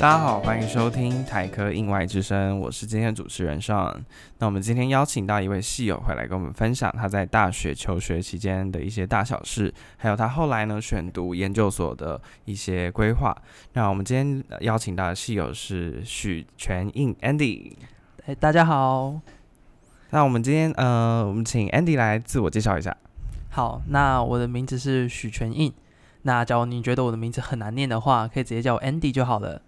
大家好，欢迎收听台科印外之声，我是今天的主持人 Sean。那我们今天邀请到一位戏友回来跟我们分享他在大学求学期间的一些大小事，还有他后来呢选读研究所的一些规划。那我们今天呃邀请到的戏友是许全印 Andy。哎、大家好，那我们今天呃，我们请 Andy 来自我介绍一下。好，那我的名字是许全印。那假如你觉得我的名字很难念的话，可以直接叫我 Andy 就好了。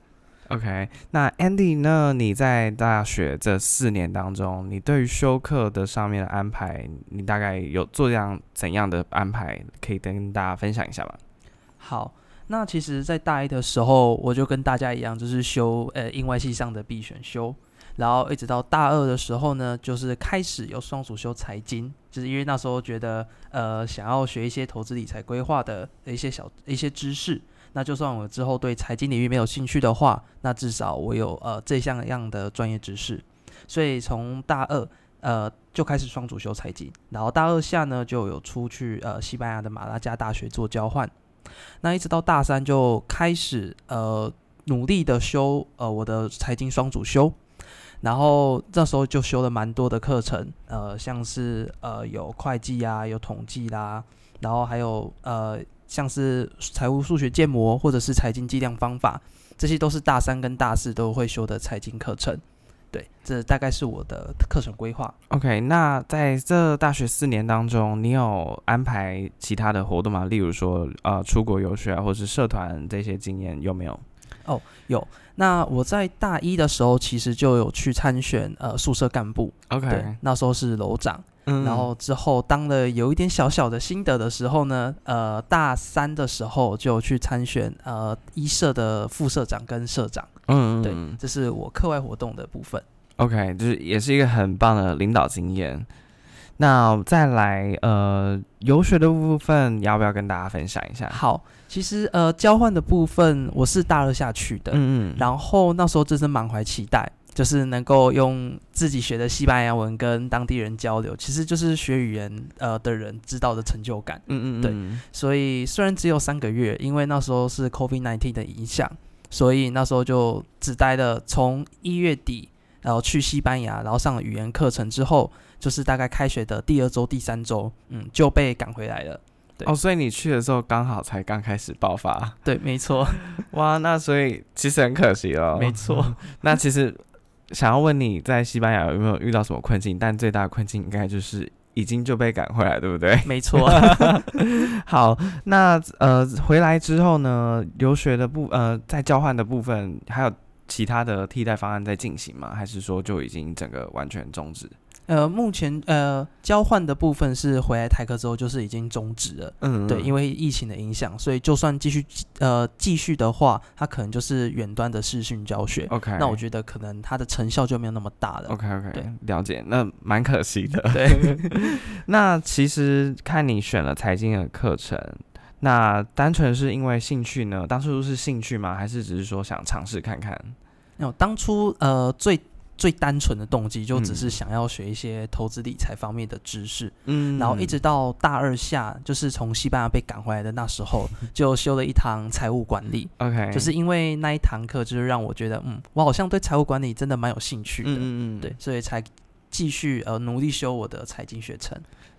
OK，那 Andy 呢？你在大学这四年当中，你对于修课的上面的安排，你大概有做这样怎样的安排？可以跟大家分享一下吗？好，那其实，在大一的时候，我就跟大家一样，就是修呃英外系上的必选修，然后一直到大二的时候呢，就是开始有双主修财经，就是因为那时候觉得呃想要学一些投资理财规划的一些小一些知识。那就算我之后对财经领域没有兴趣的话，那至少我有呃这项样的专业知识。所以从大二呃就开始双主修财经，然后大二下呢就有出去呃西班牙的马拉加大学做交换，那一直到大三就开始呃努力的修呃我的财经双主修。然后那时候就修了蛮多的课程，呃，像是呃有会计啊，有统计啦、然后还有呃像是财务数学建模或者是财经计量方法，这些都是大三跟大四都会修的财经课程。对，这大概是我的课程规划。 OK，那在这大学四年当中，你有安排其他的活动吗？例如说，呃，出国游学啊，或是社团这些经验有没有？那我在大一的时候，其实就有去参选呃宿舍干部，对 OK，，那时候是楼长。嗯然后之后当了有一点小小的心得的时候呢，呃，大三的时候就去参选呃一社的副社长跟社长，嗯，对嗯嗯这是我课外活动的部分。 OK，就是也是一个很棒的领导经验。那再来，呃，游学的部分，要不要跟大家分享一下？好，其实呃交换的部分我是大二下去的，嗯嗯，然后那时候真是满怀期待，就是能够用自己学的西班牙文跟当地人交流，其实就是学语言呃的人知道的成就感。嗯嗯，对嗯所以虽然只有三个月，因为那时候是 COVID 1 9的影响，所以那时候就只待了从一月底，然后去西班牙，然后上了语言课程之后，就是大概开学的第二周、第三周，嗯，就被赶回来了。对哦，所以你去的时候刚好才刚开始爆发，对，没错，哇，那所以其实很可惜了。没 错。那其实想要问你在西班牙有没有遇到什么困境？但最大的困境应该就是已经就被赶回来，对不对？没 错。好，那呃，回来之后呢，留学的部呃，在交换的部分还有其他的替代方案在进行吗？还是说就已经整个完全终止？呃，目前呃交换的部分是回来台科之后就是已经终止了。嗯对，因为疫情的影响，所以就算继续呃继续的话，它可能就是远端的视讯教学。 OK，那我觉得可能它的成效就没有那么大了。哎 OK OK，对了解，那蛮可惜的。对， 那其实看你选了财经的课程，那单纯是因为兴趣呢？当初是兴趣吗？还是只是说想尝试看看？那我当初呃最最单纯的动机就只嗯是想要学一些投资理财方面的知识，嗯然后一直到大二下，就是从西班牙被赶回来的那时 候，就修了一堂财务管理。嗯 OK，就是因为那一堂课，就是让我觉得，嗯，我好像对财务管理真的蛮有兴趣的，嗯嗯嗯，对，。所以才继续呃努力修我的财经学程。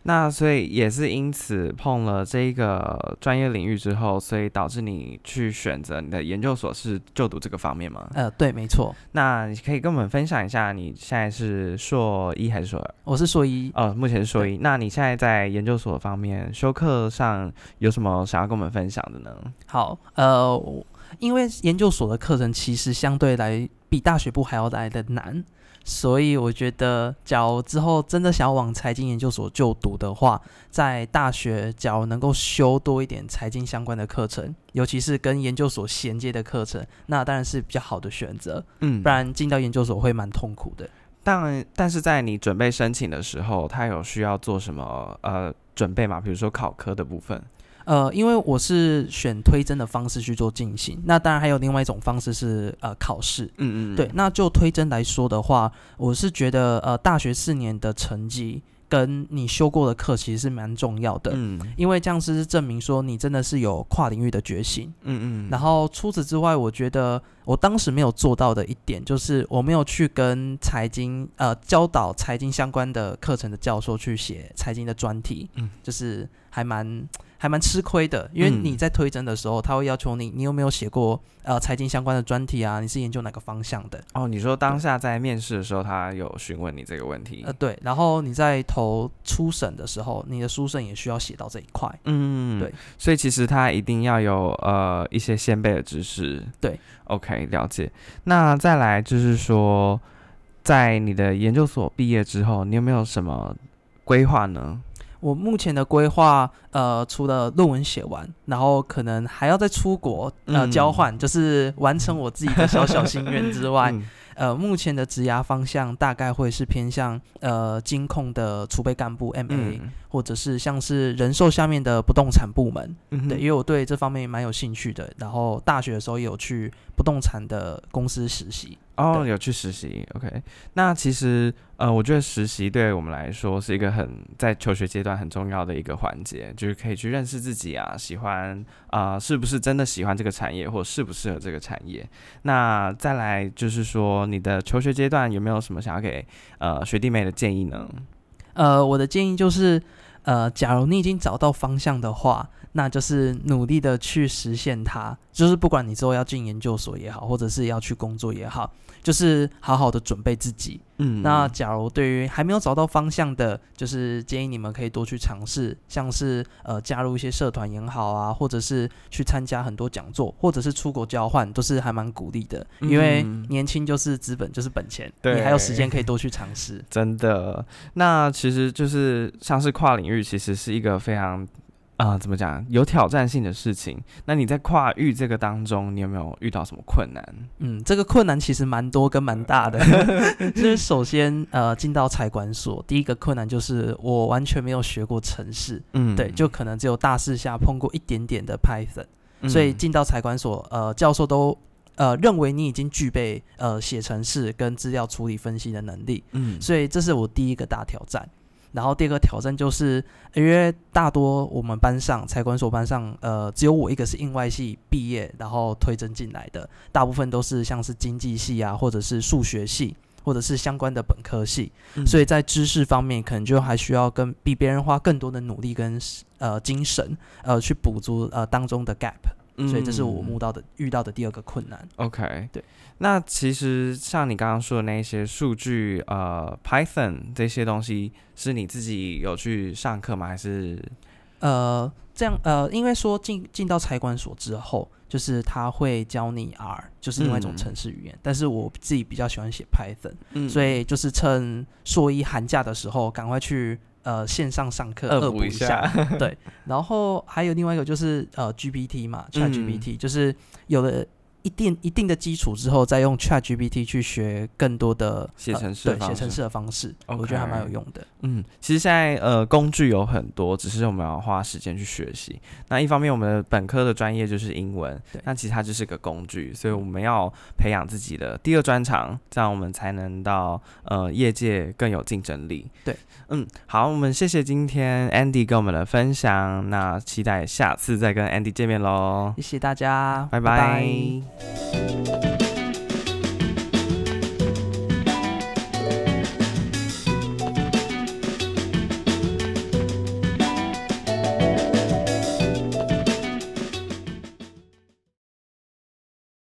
那所以也是因此碰了这个专业领域之后，所以导致你去选择你的研究所是就读这个方面吗？呃，对，没错，那你可以跟我们分享一下，你现在是硕一还是硕二？我是硕一。哦，目前是硕一。那你现在在研究所方面修课上有什么想要跟我们分享的呢？好，呃，我因为研究所的课程其实相对来比大学部还要来的难，所以我觉得，假如之后真的想要往财经研究所就读的话，在大学假如能够修多一点财经相关的课程，尤其是跟研究所衔接的课程，那当然是比较好的选择，嗯不然进到研究所会蛮痛苦的。但但是在你准备申请的时候，他有需要做什么呃准备吗？比如说考科的部分。呃，因为我是选推甄的方式去做进行，那当然还有另外一种方式是呃考试，嗯嗯对，那就推甄来说的话，我是觉得呃，大学四年的成绩跟你修过的课其实是蛮重要的，嗯因为这样是证明说你真的是有跨领域的决心。嗯嗯，然后除此之外，我觉得我当时没有做到的一点，就是我没有去跟财经呃教导财经相关的课程的教授去写财经的专题，嗯，就是还蛮还蛮吃亏的，因为嗯你在推甄的时候，他会要求你，你有没有写过呃财经相关的专题啊？你是研究哪个方向的？哦，你说当下在面试的时候，他有询问你这个问题呃，，对，然后你在投初审的时候，你的书审也需要写到这一块。嗯，对，所以其实他一定要有呃一些先辈的知识，对，OK，了解。那再来就是说，在你的研究所毕业之后，你有没有什么规划呢？我目前的规划，呃，除了论文写完，然后可能还要再出国呃嗯交换，就是完成我自己的小小 心愿之外，嗯呃，目前的职涯方向大概会是偏向呃金控的储备干部 MA，、嗯或者是像是人寿下面的不动产部门，嗯哼对，因为我对这方面蛮有兴趣的。然后大学的时候也有去不动产的公司实习，哦，对有去实习，OK。那其实，呃，我觉得实习对我们来说是一个很在求学阶段很重要的一个环节，就是可以去认识自己啊，喜欢啊、呃是不是真的喜欢这个产业，或适不适合这个产业。那再来就是说，你的求学阶段有没有什么想要给呃学弟妹的建议呢？呃，我的建议就是，呃，假如你已经找到方向的话，那就是努力的去实现它。就是不管你之后要进研究所也好，或者是要去工作也好，就是好好的准备自己。嗯那假如对于还没有找到方向的，就是建议你们可以多去尝试，像是呃加入一些社团也好啊，或者是去参加很多讲座，或者是出国交换，都是还蛮鼓励的。因为嗯年轻就是资本，就是本钱，对你还有时间可以多去尝试。真的，那其实就是像是跨领域，其实是一个非常啊、呃怎么讲有挑战性的事情。那你在跨域这个当中，你有没有遇到什么困难？嗯，这个困难其实蛮多跟蛮大的，就是首先呃进到财管所，第一个困难就是我完全没有学过程式，嗯对，就可能只有大四下碰过一点点的 Python，、所嗯以进到财管所，呃，教授都呃认为你已经具备呃写程式跟资料处理分析的能力，嗯所以这是我第一个大挑战。然后第二个挑战就是，呃因为大多我们班上财管所班上，呃，只有我一个是应外系毕业，然后推甄进来的，大部分都是像是经济系啊，或者是数学系，或者是相关的本科系，嗯所以在知识方面可能就还需要跟比别人花更多的努力跟呃精神，呃，去补足呃当中的 gap，所以这是我嗯遇到的遇到的第二个困难。 OK，对。那其实像你刚刚说的那一些数据，呃，Python 这些东西，是你自己有去上课吗？还是呃，这样呃，因为说进进到财管所之后，就是他会教你 R，就是另外一种嗯程式语言。但是我自己比较喜欢写 Python，、嗯所以就是趁硕一寒假的时候，赶快去呃线上上课恶恶补补一一下对，然后还有另外一个就是呃 GPT 嘛嗯，ChatGPT，、就是有了。一定一定的基础之后，再用 ChatGPT 去学更多的写呃程式的对写方程式式的方式，我觉得还蛮有 OK 用的。嗯，其实现在呃工具有很多，只是我们要花时间去学习。那一方面，我们的本科的专业就是英文对，嗯那其实它就是个工具，所以我们要培养自己的第二专长，这样我们才能到呃业界更有竞争力。对，嗯，好，我们谢谢今天 Andy 跟我们的分享，那期待下次再跟 Andy 见面喽，谢谢大家，拜拜拜